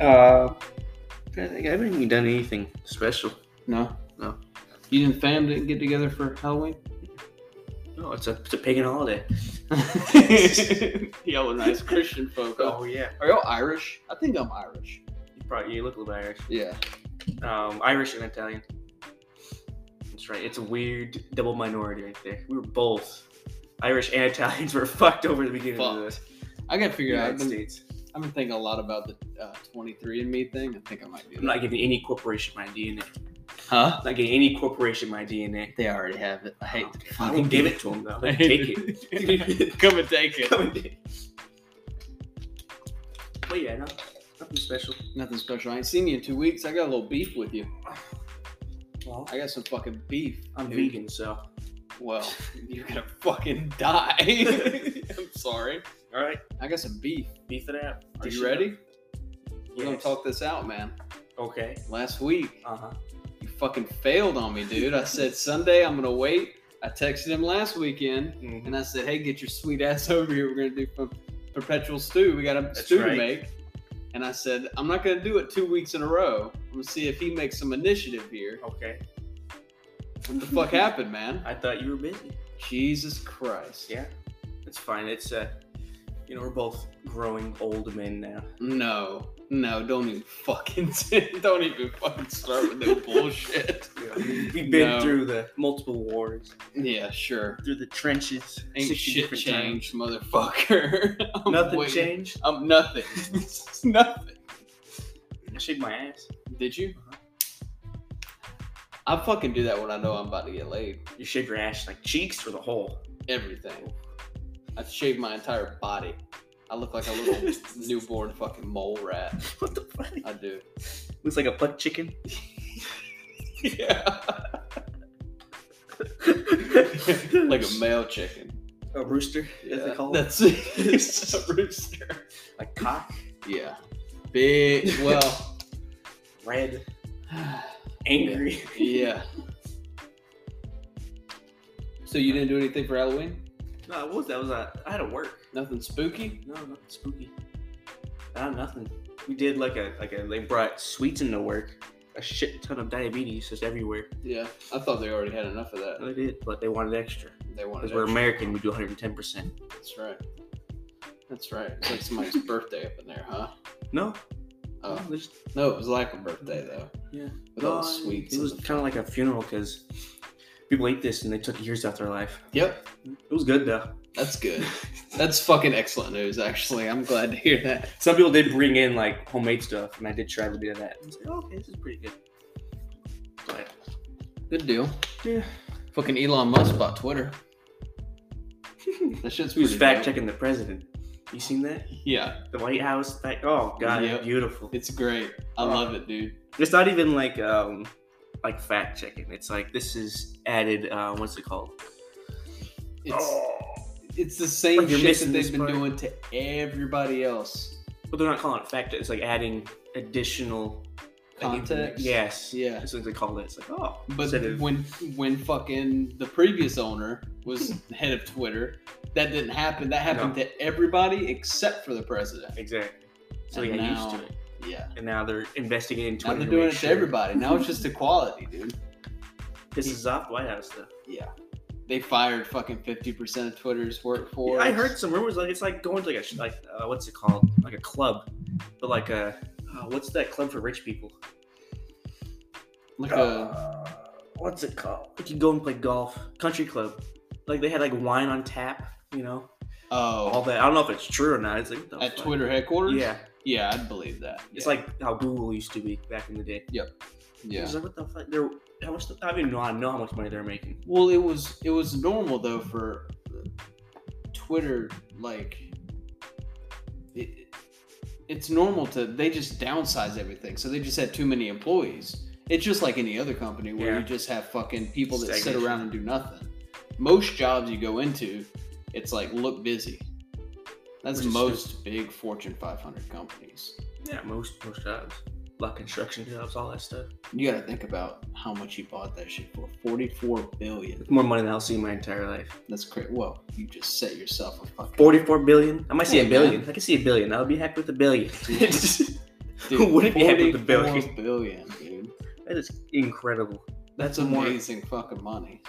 Uh, I think I haven't even done anything special. No, No. You and fam didn't get together for Halloween. No, Oh, it's a it's a pagan holiday. y'all are nice Christian folk. huh? Oh, yeah, Are y'all Irish? I think I'm Irish. you probably you look a little Irish. Yeah. Um, Irish and Italian. That's right. It's a weird double minority right there. We were both Irish and Italians were fucked over the beginning of this. I gotta figure out. I've United been, States. I've been thinking a lot about the uh, 23andMe thing. I think I might do I'm that. not giving any corporation my DNA. Huh? I'm not getting any corporation my DNA. They already have it. I I, hate don't to care. I fucking won't give it to them though. They I hate take it. it. Come and take it. Come and take it. But yeah, no, nothing special. Nothing special. I ain't seen you in two weeks. I got a little beef with you. Well, I got some fucking beef. I'm dude. vegan, so Well, you're gonna fucking die. I'm sorry. all right, I got some beef. beef it out. Are you ready? We're gonna Yes. talk this out, man. Okay. Last week, Uh huh. you fucking failed on me, dude. I said Sunday I'm gonna wait. I texted him last weekend and I said, "Hey, get your sweet ass over here. We're gonna do per- perpetual stew. We got a That's stew to right. make." And I said, "I'm not gonna do it two weeks in a row. I'm gonna see if he makes some initiative here." Okay. What the fuck happened, man? I thought you were busy. Jesus Christ. Yeah, it's fine. It's uh, you know, we're both growing old men now. No, no, don't even fucking don't even fucking start with that bullshit. We've been No. through the multiple wars, Yeah, sure. through the trenches. Ain't 60 shit different changed, Oh, motherfucker. I'm times. Nothing waiting- changed. I'm nothing. nothing. I shake my ass. Did you? I fucking do that when I know I'm about to get laid. You shake your ass like cheeks or the whole. Everything. I shave my entire body. I look like a little newborn fucking mole rat. what the fuck? I do. Looks like a butt chicken. Yeah. like a male chicken. a rooster. As they Yeah, call it. That's it. It's a rooster. Like cock. Yeah. Big. Well. Red. Angry. yeah. So you didn't do anything for Halloween? no, what was that? Was uh, I? I had to work. Nothing spooky? No, nothing spooky. Not nothing. We did like a like a they brought sweets into work. A shit ton of diabetes just everywhere. Yeah. I thought they already had enough of that. They did, but they wanted extra. They wanted. Because we're extra. American, we do 110 percent. That's right. That's right. It's like somebody's birthday up in there, huh? No, Oh no, there's- no, it was like a birthday though. Yeah. With no, all the sweets. It and was the- kind of like a funeral because people ate this and they took years out their life. Yep. It was good though. That's good. That's fucking excellent news. Actually, I'm glad to hear that. Some people did bring in like homemade stuff, and I did try a little bit of that. I was like, okay, this is pretty good. But Good deal. yeah, Fucking Elon Musk bought Twitter. That shit's who's pretty fact dope. checking the president? You seen that? Yeah, The White House fact. Oh god, Yep. beautiful. it's great. I love it, dude. It's not even like um like fact checking. It's like this is added. Uh, what's it called? It's Oh. it's the same Like, you're shit that missing they've this been part. doing to everybody else. But they're not calling it fact. It's like adding additional like, infor- Context. yes. Yeah. That's what they call it. It's like oh, But instead of- when when fucking the previous owner was head of Twitter, that didn't happen. That happened to everybody except for the president. exactly. So And they got now- used to it, Yeah. and now they're investigating. Now Twitter they're to doing make it sure. to everybody. Now it's just equality, dude. This is off White House though. They fired fucking fifty percent of Twitter's workforce. I heard some rumors like it's like going to like a sh- like uh, what's it called like a club, but like a uh, what's that club for rich people? like a Uh, what's it called? Like you go and play golf, country club. Like they had like wine on tap, you know, all oh that. I don't know if it's true or not. It's like what the at fuck? Twitter headquarters. Yeah, yeah, I'd believe that. it's Yeah. like how Google used to be back in the day. yeah. It's like what the fuck? They're how much? I don't even know. I know how much money they're making. Well, it was it was normal though for Twitter like it, it's normal to they just downsize everything. So they just had too many employees. It's just like any other company where you Yeah. just have fucking people that sit Stagnation. around and do nothing. Most jobs you go into, it's like look busy. That's Which is most big Fortune 500 companies. Yeah, most most jobs, like construction jobs, all that stuff. You got to think about how much you bought that shit for. 44 billion. It's more money than I'll see in my entire life. That's crazy. Well, you just set yourself a fucking Forty-four billion. I might see Hey, a billion. man. I can see a billion. I'll be happy with a billion. Dude, What if you had the 44 billion? billion, dude. That is incredible. That's More. amazing fucking money.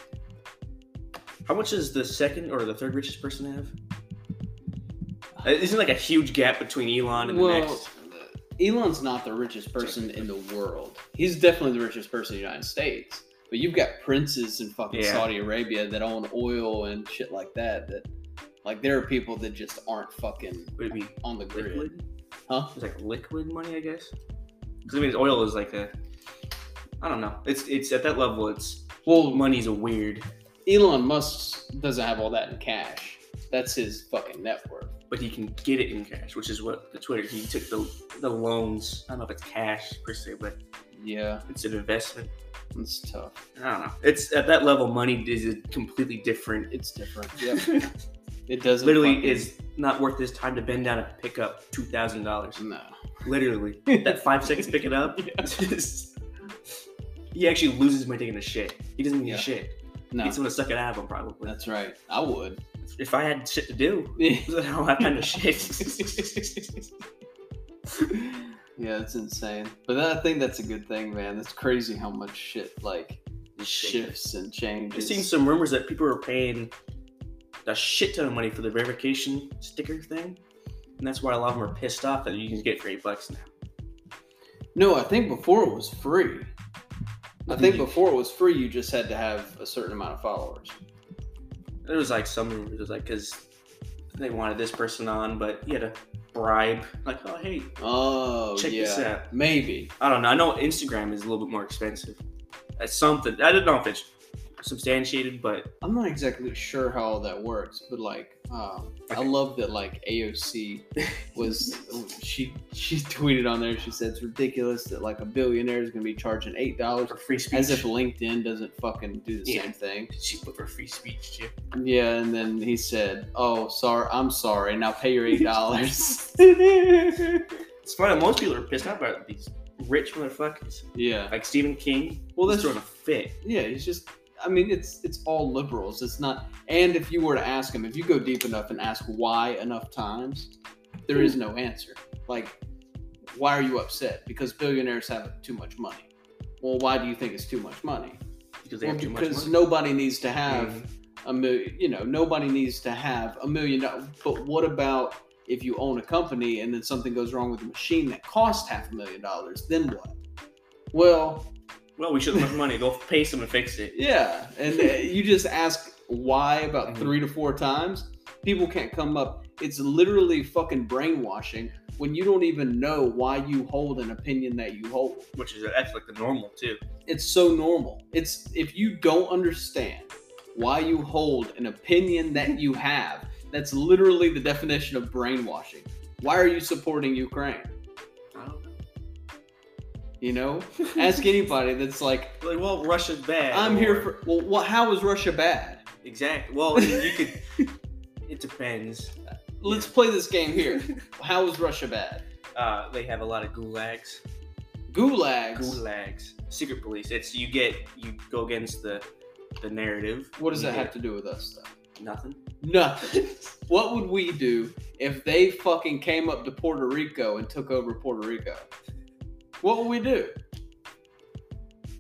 How much does the second or the third richest person have? Uh, Isn't like a huge gap between Elon and the Well, next? Elon's not the richest person in the world. He's definitely the richest person in the United States. But you've got princes in fucking Yeah. Saudi Arabia that own oil and shit like that. That, like, there are people that just aren't fucking What do you mean? on the grid. Liquid? Huh? It's like liquid money, I guess. Because I mean, oil is like a. I don't know. It's it's at that level. It's Well, money's a weird, Elon Musk doesn't have all that in cash. That's his fucking net worth. but he can get it in cash, which is what the Twitter. He took the the loans. I don't know if it's cash per se, but Yeah, it's an investment. it's tough. I don't know. It's at that level. Money is a completely different. It's different. Yep. it doesn't Literally fucking- is not worth his time to bend down and pick up two thousand dollars. no. Literally, that five seconds to pick it up. just- he actually loses by taking a shit. He doesn't need Yeah. a shit. No, He's gonna suck it out of him probably. that's right. I would. If I had shit to do, I don't have time to shit. yeah, that's insane. But that, I think that's a good thing, man. That's crazy how much shit like shifts and I've changes. seen some rumors that people are paying a shit ton of money for the verification sticker thing, and that's why a lot of them are pissed off that you can get for eight bucks now. no, I think before it was free. I I think think you- before it was free, you just had to have a certain amount of followers. There was like some rumors, it was like because they wanted this person on, but he had a bribe. Like, oh hey, Oh, check yeah. this out. Maybe. I don't know. I know Instagram is a little bit more expensive. That's something. I don't know if it's substantiated, but I'm not exactly sure how all that works, but like, um, I Okay. love that like AOC was she she tweeted on there. She said it's ridiculous that like a billionaire is gonna be charging eight dollars for free speech. as if LinkedIn doesn't fucking do the Yeah. same thing. She put for free speech too. Yeah, and then he said, "Oh, sorry, I'm sorry. Now pay your eight dollars." yeah. It's funny. Most people are pissed off about these rich motherfuckers, like Stephen King. Well, he's that's throwing a fit. yeah. He's just. I mean, it's it's all liberals. It's not. And if you were to ask him, if you go deep enough and ask why enough times, there is no answer. Like, why are you upset? Because billionaires have too much money. Well, why do you think it's too much money? because they Well, have too much because um, money. nobody needs to have. Mhm. a million, you know, nobody needs to have a million dollars. But what about if you own a company and then something goes wrong with the machine that costs half a million dollars? Then what? Well, Well, we should have money. Go pay someone to fix it. yeah. And uh, you just ask why about Mhm. three to four times. People can't come up. It's literally fucking brainwashing when you don't even know why you hold an opinion that you hold. Which is that's like the normal too. It's so normal. It's if you don't understand why you hold an opinion that you have, that's literally the definition of brainwashing. Why are you supporting Ukraine? I don't know. You know, ask anybody that's like, Like, well, Russia's bad. I'm here or- for. Well, what, how is Russia bad? exact. Well, you could. It depends. Let's play this game here. How is Russia bad? Uh, they have a lot of gulags. Gulags. Gulags. Secret police. It's you get you go against the the narrative. What does You that get have to do with us, though? Nothing. Nothing. What would we do if they fucking came up to Puerto Rico and took over Puerto Rico? What would we do?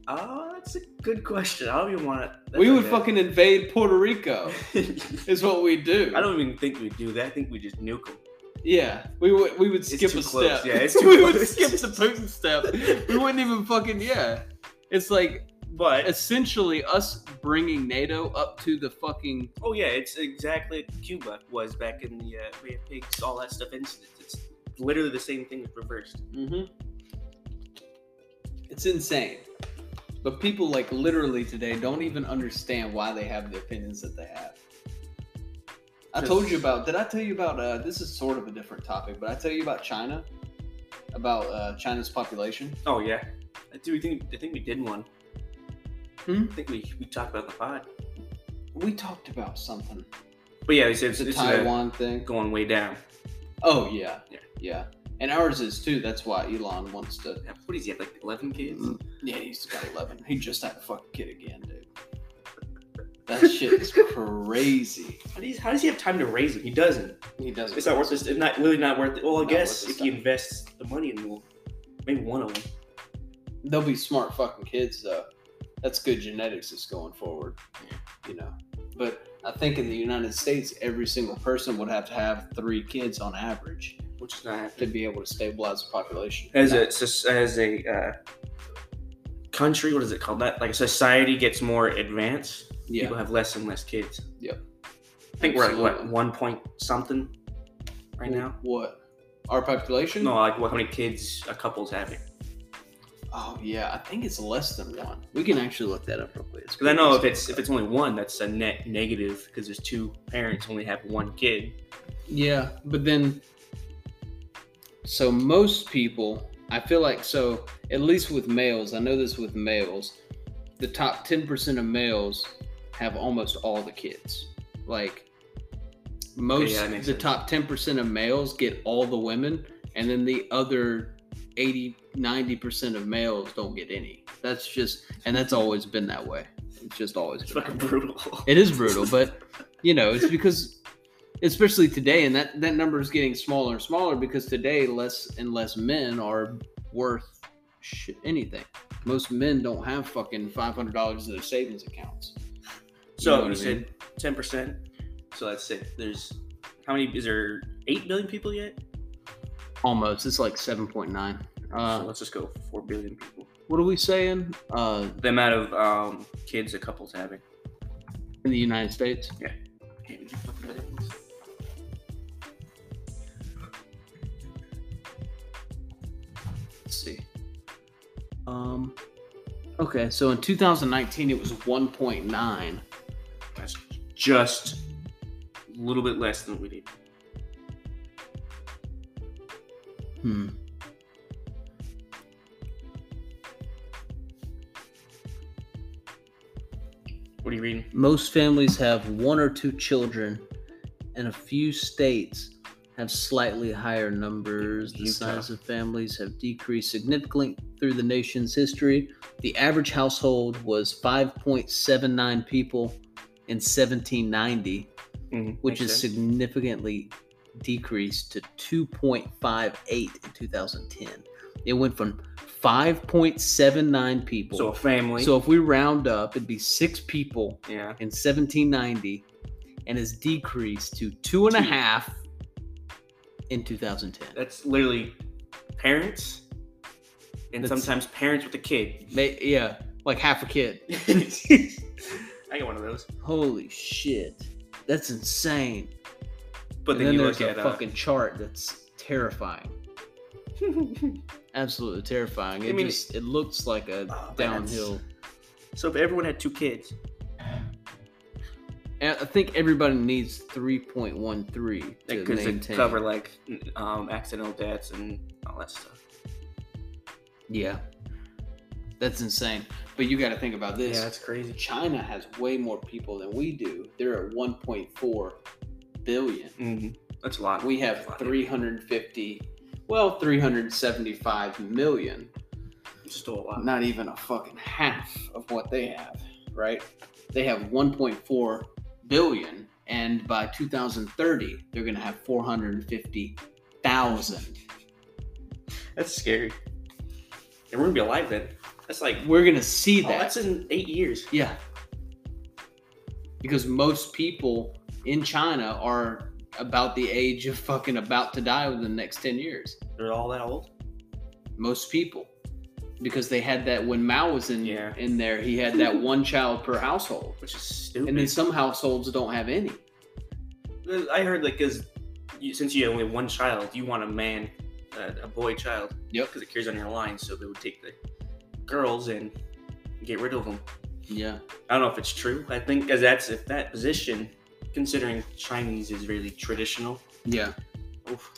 Oh, that's a good question. I don't even want to. we would fucking invade Puerto Rico, is what we do. I don't even think we'd do that. I think we just nuke them. Yeah, we would. We would skip too a close. step. Yeah, it's too we would close. skip the Putin step. We wouldn't even fucking yeah. It's like But essentially us bringing NATO up to the fucking oh yeah, it's exactly what Cuba was back in the uh, Bay of Pigs, all that stuff incident. It's literally the same thing but reversed. Mm-hmm. It's insane. But people like literally today don't even understand why they have the opinions that they have. I told you about. Did I tell you about? Uh, this is sort of a different topic, but I tell you about China, about uh, China's population. Oh yeah, I do. think I think we did one. Hmm? I think we we talked about the pod. We talked about something. But yeah, it's it's, The it's uh, Taiwan thing. going way down. Oh yeah, Yeah. yeah. And ours is too. That's why Elon wants to. Yeah, What does he have? Like eleven kids. Yeah, he's got eleven. He just had a fucking kid again, dude. That shit is crazy. How does, how does he have time to raise them? He doesn't. He doesn't. It's not worth it. It's not really not worth it. Well, I Not guess worth his if he time. invests the money in, we'll Maybe one of them. They'll be smart fucking kids though. That's good genetics that's going forward. You know. But I think in the United States every single person would have to have three kids on average Which is not to happening. be able to stabilize the population. As a soc- as a uh, country, what is it called? That like society gets more advanced, yeah. people have less and less kids. Yep. I think we're at what Absolutely. one point something right now. What? Our population? No, like what, how many kids a couple's having? Oh yeah, I think it's less than one. We can actually look that up real quick. Because I know if it's if it's only one, that's a net negative. Because there's two parents only have one kid. Yeah, but then so most people, I feel like so at least with males, I know this with males, the top 10% of males have almost all the kids. Like most yeah, that the makes sense. top 10% of males get all the women and then the other 80 90% of males don't get any. That's just and that's always been that way. It's just always It's been that fucking way. brutal. It is brutal, but you know, it's because especially today and that that number is getting smaller and smaller because today less and less men are worth sh- anything. Most men don't have fucking five hundred dollars in their savings accounts. so know you what I mean? said ten percent. So that's it. There's how many? Is there eight billion people yet? Almost, it's like seven point nine. so Uh, let's just go four billion people. what are we saying? Uh, The amount of um, kids a couple's having. in the United States, let's see. Um, okay, so in 2019 it was 1.9. That's just a little bit less than we need. Hmm. What are you reading? Most families have one or two children, and a few states have slightly higher numbers. The Utah. size of families have decreased significantly through the nation's history. The average household was 5.79 people in 1790, Mhm, Mm-hmm. which makes is sense. significantly decreased to 2.58 in 2010. It went from 5.79 people. so a family. so if we round up, it'd be six people yeah, in 1790 and has decreased to two and a Two. half in 2010. that's literally parents, and That's- sometimes parents with a kid. May, yeah, like half a kid. I got one of those. Holy shit. That's insane. But and then, then you there's look a at uh, fucking chart that's terrifying. Absolutely terrifying. I It mean, just it looks like a Oh, man, that's- downhill. So if everyone had two kids, And I think everybody needs 3.13 to because it maintain. cover like um, accidental deaths and all that stuff. yeah. That's insane. But you got to think about this. crazy. China has way more people than we do. They're at 1.4 billion. hmm That's a lot. Mm-hmm. We That's have a lot. 350, well, 375 million. It's Still a lot. Not even a fucking half of what they have, right? They have 1.4 billion, and by 2030, they're going to have 450,000. That's scary. And we're gonna be alive then. That's like We're going to see oh, that. that's in eight years. Yeah. Because most people in China are about the age of fucking about to die within the next 10 years. They're all that old. Most people. Because they had that when Mao was in Yeah. in there, he had that one child per household. which is stupid. And then some households don't have any. I heard like because you, since you have only one child, you want a man, uh, a boy child. Yep. Because it carries on your line, so they would take the girls and get rid of them. Yeah. I don't know if it's true. I think because that's if that position, considering Chinese is really traditional. Yeah. Oof.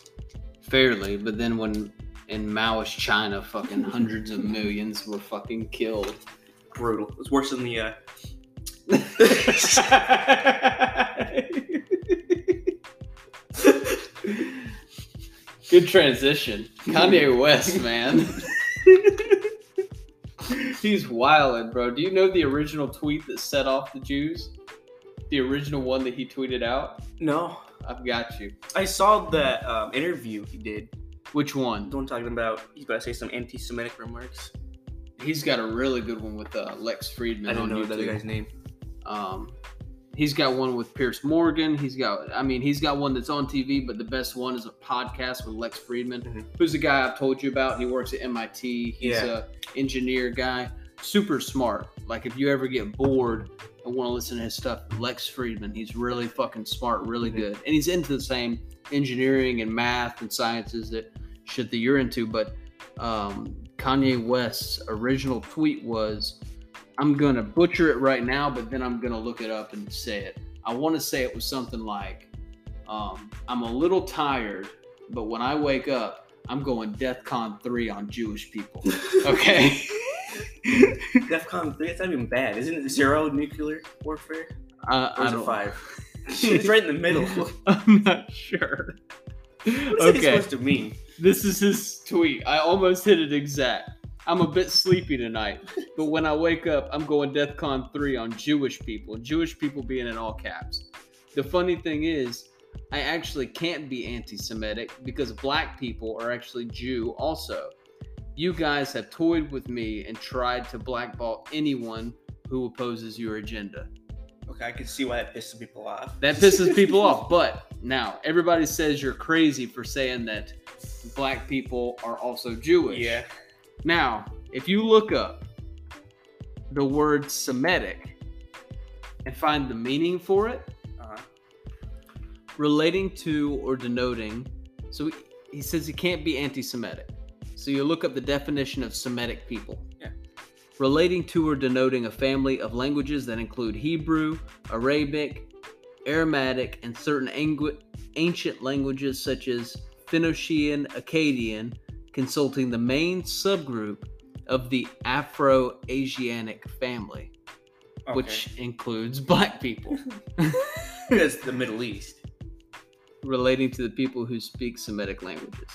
Fairly. But then when in Maoist China, fucking hundreds of millions were fucking killed. Brutal. It's worse than the. Uh, Good transition. Kanye West, man. He's wildin', bro. Do you know the original tweet that set off the Jews? The original one that he tweeted out? no, I've got you. I saw the um, interview he did Which one? Don't talking about he's about to say some anti-Semitic remarks. He's got a really good one with uh, Lex Friedman. I don't on know YouTube. the other guy's name. Um, he's got one with Pierce Morgan. He's got, I mean, he's got one that's on TV, but the best one is a podcast with Lex Friedman, Mhm. who's the guy I've told you about. He works at MIT. He's Yeah. a engineer guy, super smart. Like if you ever get bored and want to listen to his stuff, Lex Friedman. He's really fucking smart, really Mhm. good, and he's into the same engineering and math and sciences that shit that you're into, but um, Kanye West's original tweet was, "I'm gonna butcher it right now, but then I'm gonna look it up and say it." I want to say it was something like, um, "I'm a little tired, but when I wake up, I'm going DEFCON three on Jewish people." Okay, DEFCON three. That's not even bad, isn't it? Zero nuclear warfare. uh, Or I is it don't. five? it's right in the middle. What is I'm not sure. it okay, supposed to mean? This is his tweet. I almost hit it exact. I'm a bit sleepy tonight, but when I wake up, I'm going DEFCON 3 on Jewish people, Jewish people being in all caps. The funny thing is, I actually can't be anti Semitic because black people are actually Jew also. You guys have toyed with me and tried to blackball anyone who opposes your agenda. Okay, I can see why that pisses people off. That pisses people off. But now everybody says you're crazy for saying that black people are also Jewish. Yeah. Now, if you look up the word Semitic and find the meaning for it, Uh-huh. relating to or denoting, so he- he says he can't be anti Semitic. So you look up the definition of Semitic people. Yeah. Relating to or denoting a family of languages that include Hebrew, Arabic, Aramaic, and certain angu- ancient languages such as Phoenician, Akkadian, consulting the main subgroup of the Afro Asiatic family, Okay. which includes black people. because the Middle East, relating to the people who speak Semitic languages,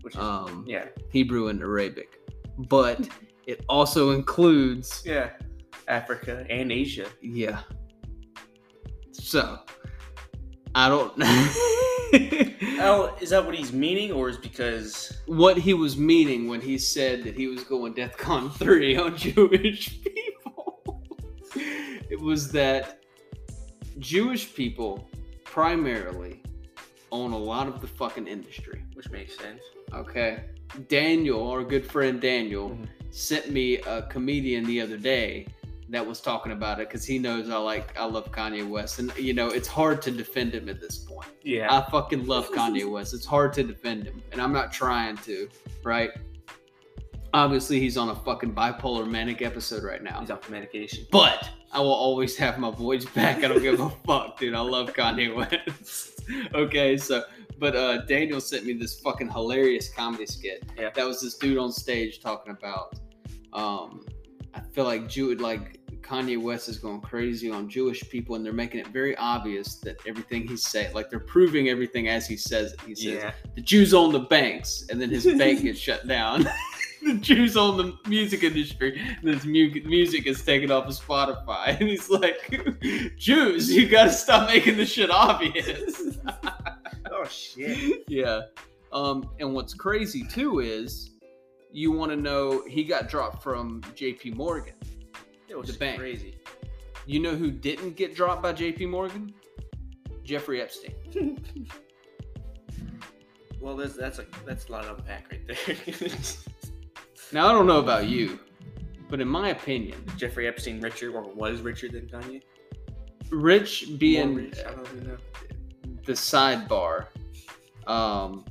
which is um, yeah, Hebrew and Arabic. But it also includes, yeah, Africa and Asia. yeah. So, I don't Oh, is that what he's meaning, or is because what he was meaning when he said that he was going DEFCON 3 on Jewish people. it was that Jewish people primarily own a lot of the fucking industry. which makes sense? Okay. Daniel, our good friend Daniel, Mhm. sent me a comedian the other day that was talking about it because he knows I like I love Kanye West, and you know it's hard to defend him at this point. Yeah, I fucking love Kanye West. It's hard to defend him, and I'm not trying to, right? Obviously, he's on a fucking bipolar manic episode right now. he's off the medication. But I will always have my voice back. I don't give a fuck, dude. I love Kanye West. okay, so but uh Daniel sent me this fucking hilarious comedy skit. Yeah. That was this dude on stage talking about um I feel like Jew like Kanye West is going crazy on Jewish people and they're making it very obvious that everything he said, like they're proving everything as he says it. He says Yeah, the Jews own the banks, and then his bank gets shut down. the Jews own the music industry, and his mu- music is taken off of Spotify. And he's like, Jews, you gotta stop making this shit obvious. oh shit. yeah. Um, and what's crazy too is you wanna know he got dropped from JP Morgan. It was The bank. crazy. You know who didn't get dropped by JP Morgan? Jeffrey Epstein. Well, that's that's a that's a lot to unpack right there. Now I don't know about you, but in my opinion, Jeffrey Epstein richer or was richer than Kanye? Rich being More rich, I don't even know. the sidebar. Um,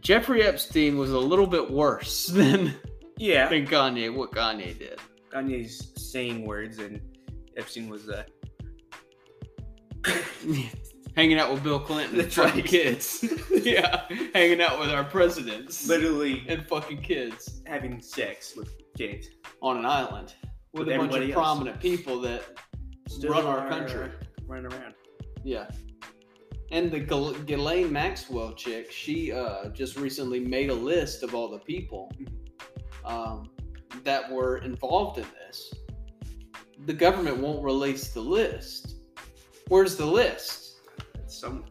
Jeffrey Epstein was a little bit worse than, Yeah, than Kanye, what Kanye did. Kanye's saying words, and Epstein was uh, hanging out with Bill Clinton That's and fucking right. kids. yeah, hanging out with our presidents literally and fucking kids having sex with kids. on an island with, With a bunch of everybody else. prominent people that run our country. Running around. Yeah. And the Gal- Ghislaine Maxwell chick, she uh, just recently made a list of all the people Mm-hmm. um, that were involved in this. The government won't release the list. Where's the list? Somewhere.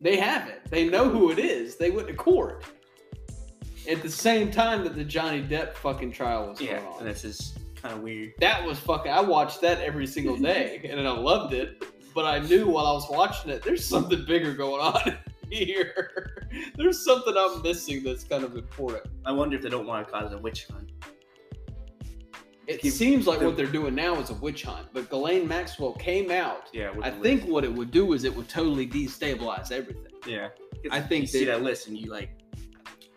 They have it. They know who it is. They went to court. at the same time that the Johnny Depp fucking trial was Yeah, going on. and this is kind of weird. that was fucking. I watched that every single day, and I loved it. But I knew while I was watching it, there's something bigger going on here. There's something I'm missing that's kind of important. I wonder if they don't want to cause a witch hunt. It Keep- seems like the- what they're doing now is a witch hunt. But Ghislaine Maxwell came out. Yeah, with I the think list. what it would do is it would totally destabilize everything. Yeah, I think you see that- that list and you like.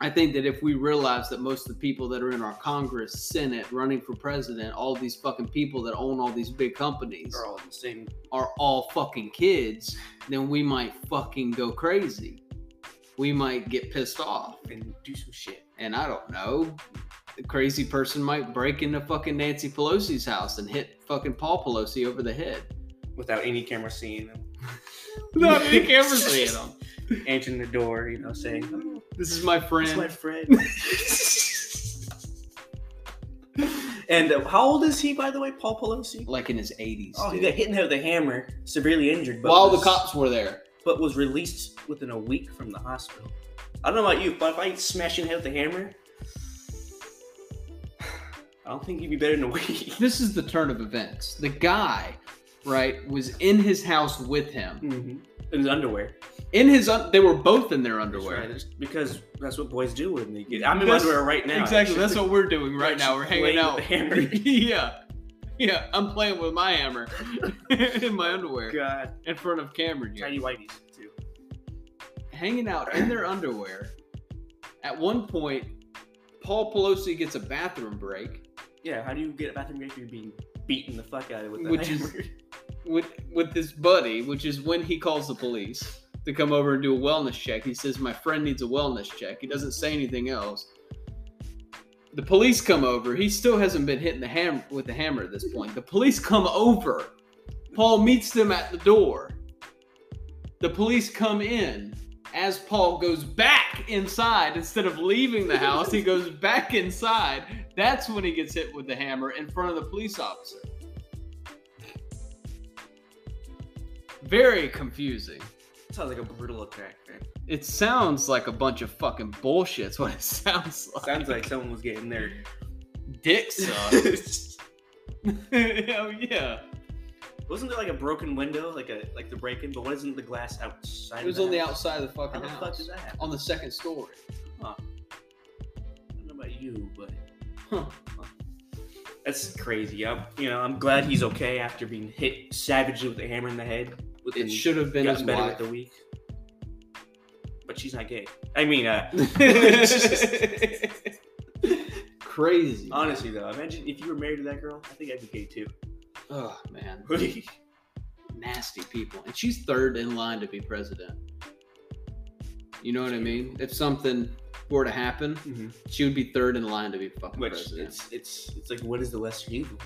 I think that if we realize that most of the people that are in our Congress, Senate, running for president, all these fucking people that own all these big companies They're all in the same. are all fucking kids, then we might fucking go crazy. We might get pissed off. And do some shit. And I don't know. The crazy person might break into fucking Nancy Pelosi's house and hit fucking Paul Pelosi over the head. without any camera seeing them, Not any cameras seeing them. answering the door, you know, saying, oh, This is my friend. "It's my friend." and uh, how old is he, by the way, Paul Pelosi? like in his 80s. Oh, he dude. got hit in the head with a hammer, severely injured, but While the was- cops were there. but was released within a week from the hospital. I don't know about you, but if I smash your head with a hammer, I don't think you'd be better than a week. This is the turn of events. The guy, right, was in his house with him. hmm In his underwear. In his, un- they were both in their That's underwear. right, it's because that's what boys do when they get. I'm in my That's- underwear right now. Exactly. That's what we're doing right now. We're hanging Playing with out. the hammer. yeah. Yeah. I'm playing with my hammer in my underwear God, in front of Cameron here. tiny whiteys too. Hanging out in their underwear. At one point, Paul Pelosi gets a bathroom break. Yeah, how do you get a bathroom break if you're being beaten the fuck out of with that Which is- hammer? with with this buddy, which is when he calls the police to come over and do a wellness check. He says, "My friend needs a wellness check." He doesn't say anything else. The police come over. He still hasn't been hitting the ham with the hammer at this point. The police come over. Paul meets them at the door. The police come in. As Paul goes back inside, instead of leaving the house, he goes back inside. That's when he gets hit with the hammer in front of the police officer. Very confusing. Sounds like a brutal attack, man. It sounds like a bunch of fucking bullshit. Is what it sounds like. Sounds like someone was getting their dick sucked. oh yeah. Wasn't there like a broken window, like a like the break in, but wasn't the glass outside? It was of on the house? outside of the How fucking the fuck house, did that happen? on the second story. I don't know about you, but Huh. that's crazy. I'm, you know, I'm glad he's okay after being hit savagely with a hammer in the head. It within- should have been got his better wife. with the week. But she's not gay. I mean, uh, Crazy. honestly though, imagine if you were married to that girl. I think I'd be gay too. Oh man, nasty people. And she's third in line to be president. You know what I mean? If something were to happen, Mhm. she would be third in line to be fucking Which president. it's it's it's like what is the lesser evil?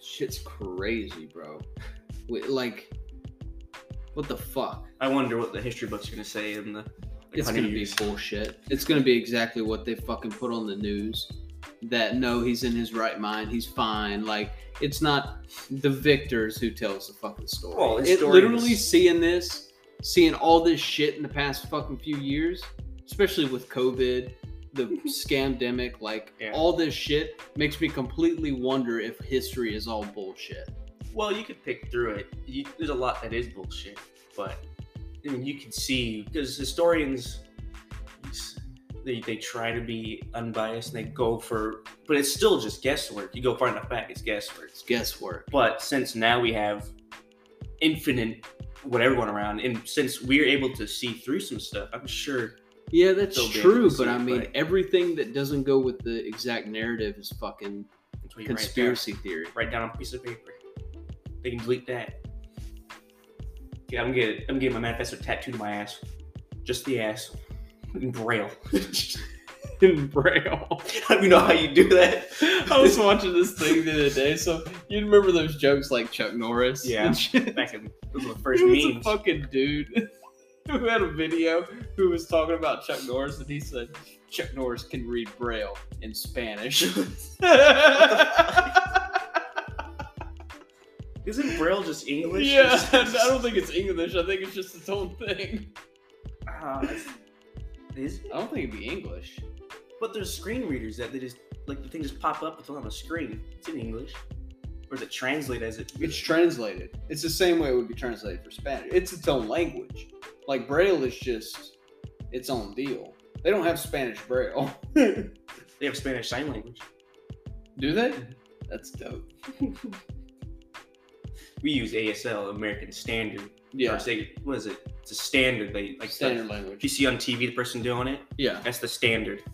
Shit's crazy, bro. We, like, what the fuck? I wonder what the history book's gonna say in the like, It's 100 gonna be years. bullshit. It's gonna be exactly what they fucking put on the news. That no, he's in his right mind. He's fine. Like it's not the victors who tells the fucking story. Well, his it story literally is- seeing this, seeing all this shit in the past fucking few years, especially with COVID, the scamdemic, like Yeah. all this shit makes me completely wonder if history is all bullshit. Well, you could pick through it. You, there's a lot that is bullshit, but I mean, you can see because historians it's- they they try to be unbiased and they go for, but it's still just guesswork. You go far enough back, it's guesswork. It's guesswork. But since now we have infinite with everyone around, and since we're able to see through some stuff, I'm sure Yeah, that's Still be able true, to but see, I mean, but- everything that doesn't go with the exact narrative is fucking that's what you write down. conspiracy theory. write down on a piece of paper. They can delete that. Yeah, I'm getting I'm getting my manifesto tattooed to my ass, just the ass, in braille. In braille. I don't even know how you do that. I was watching this thing the other day, so you remember those jokes like Chuck Norris? Yeah. and shit? Back in those were the first There was memes. a fucking dude who had a video who was talking about Chuck Norris, and he said Chuck Norris can read braille in Spanish. Isn't braille just English? Yeah, I don't think it's English. I think it's just its own thing. Ah, that's- Is it? I don't think it'd be English. But there's screen readers that they just like the thing just pop up. It's on the screen. It's in English, or is it translate as it? It's translated. It's the same way it would be translated for Spanish. It's its own language. Like Braille is just its own deal. They don't have Spanish Braille, do they have Spanish sign language. they? That's dope. We use ASL, American Standard. Or Yeah, say, what is it? It's a standard. They like standard If you language. see on TV the person doing it, Yeah, that's the standard.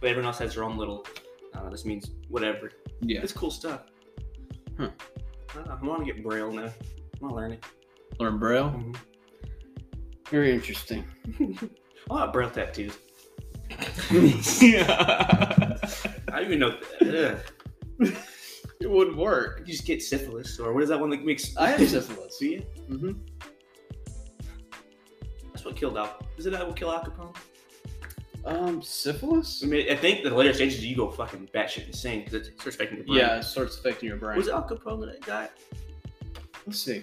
But everyone else has their own little. Uh, this means whatever. yeah. It's cool stuff. Huh. I, I want to get Braille now. I want to learn it. Learn Braille. Mhm. Very interesting. I want Braille tattoos. it I don't even know. Ugh. wouldn't work. You just get syphilis, or what is that one that makes? I have syphilis. See, Mm-hmm. that's what killed Al. Is it that what killed Al Capone? Um, syphilis? I mean, I think the later stages you go fucking batshit insane because it starts affecting your brain. Yeah, it starts affecting your brain. Was it Al Capone that got? Let's see.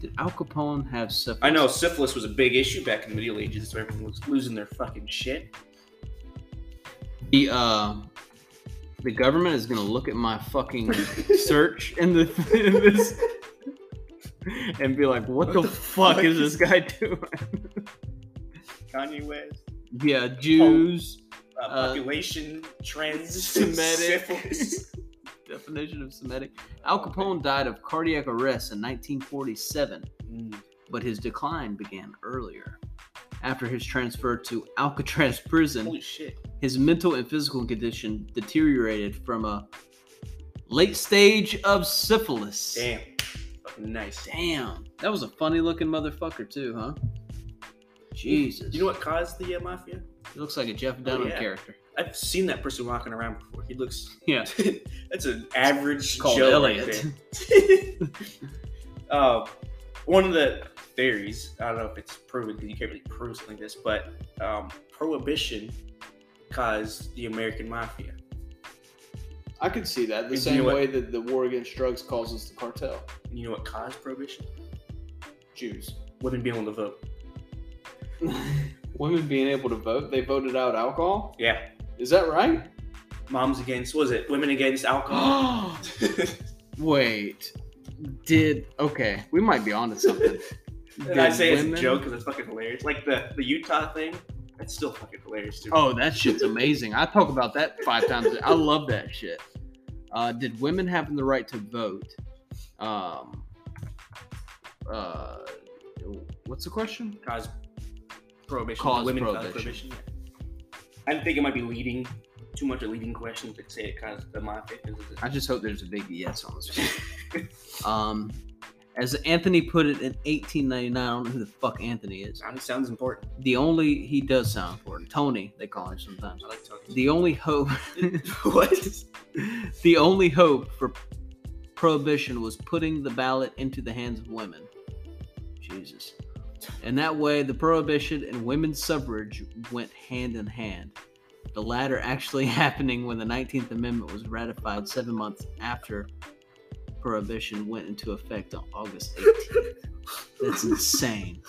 Did Al Capone have syphilis? I know syphilis was a big issue back in the Middle Ages, so everyone was losing their fucking shit. The uh, the government is gonna look at my fucking search in the in this and be like, "What, the, fuck, fuck is is- this guy doing?" Kanye West, yeah, Jews. uh, Uh, population trends, Semitic. syphilis. Definition of Semitic. Al Capone died of cardiac arrest in 1947, Mm. but his decline began earlier. After his transfer to Alcatraz prison, Holy shit! his mental and physical condition deteriorated from a late stage of syphilis. Damn, fucking nice. Damn. That was a funny looking motherfucker, too, huh? Jesus. You know what caused the uh, mafia? He looks like a Jeff Dunham yeah. character. I've seen that person walking around before. He looks. Yeah. that's an average Called Joe right Elliot. there. uh, one of the theories, I don't know if it's proven because you can't really prove something like this, but um, prohibition caused the American mafia. I could see that. You know what- that the war against drugs causes the cartel. And you know what caused prohibition? Jews. Women being able to vote. Women being able to vote, they voted out alcohol. Yeah. Is that right? Moms against, what was it? Women against alcohol. Wait. Did okay, we might be onto something. and I Did say it's women- a joke because it's fucking hilarious. Like the, the Utah thing, that's still fucking hilarious too. Oh, that shit's amazing. I talk about that five times. a- I love that shit. Uh, did women have the right to vote? Um, uh, what's the question? cause prohibition. Cause women prohibition. cause prohibition. yeah. I think it might be leading too much a leading question to say it caused the mafia. 'cause it's- I just hope there's a big yes on this one. um, as Anthony put it in 1899, I don't know who the fuck Anthony is. Sound sounds important. The only he does sound important. Tony, they call him sometimes. I like talking. The only hope. what? the only hope for prohibition was putting the ballot into the hands of women. Jesus. And that way, the prohibition and women's suffrage went hand in hand. The latter actually happening when the 19th Amendment was ratified seven months after prohibition went into effect on August 18th. Oh, That's insane.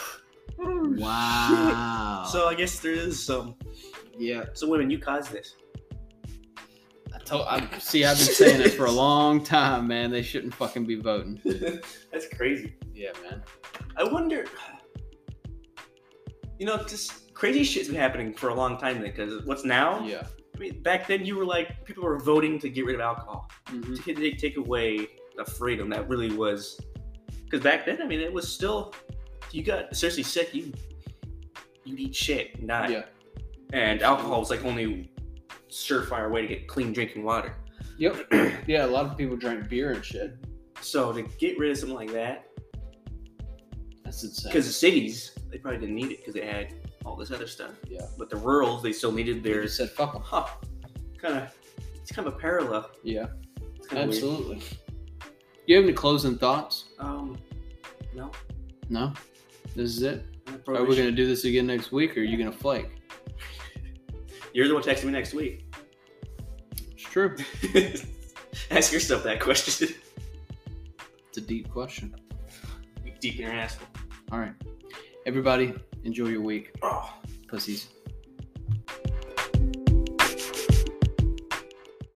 Wow. So I guess there is some. yeah. So women, you caused this. I told, I, see, I've been saying this for a long time, man. They shouldn't fucking be voting. That's crazy. Yeah, man. I wonder. You know, just crazy shit's been happening for a long time then. Because what's now? Yeah. I mean, back then you were like people were voting to get rid of alcohol. Mhm. to take, take away the freedom that really was because back then i mean it was still you got seriously sick you you'd eat shit and die Yeah. and alcohol was like only surefire way to get clean drinking water Yep. yeah, a lot of people drink beer and shit. so to get rid of something like that That's insane. because the cities they probably didn't need it because they had all this other stuff Yeah. but the rurals they still needed they their just said fuck 'em. huh kind of it's kind of a parallel Yeah, it's kind of weird absolutely. You have any closing thoughts? um no No. This is it. probably Are we should- gonna do this again next week, or are you gonna flake? you're the one texting me next week It's true. ask yourself that question It's a deep question. deep in your asshole. All right, everybody, enjoy your week, Oh. pussies.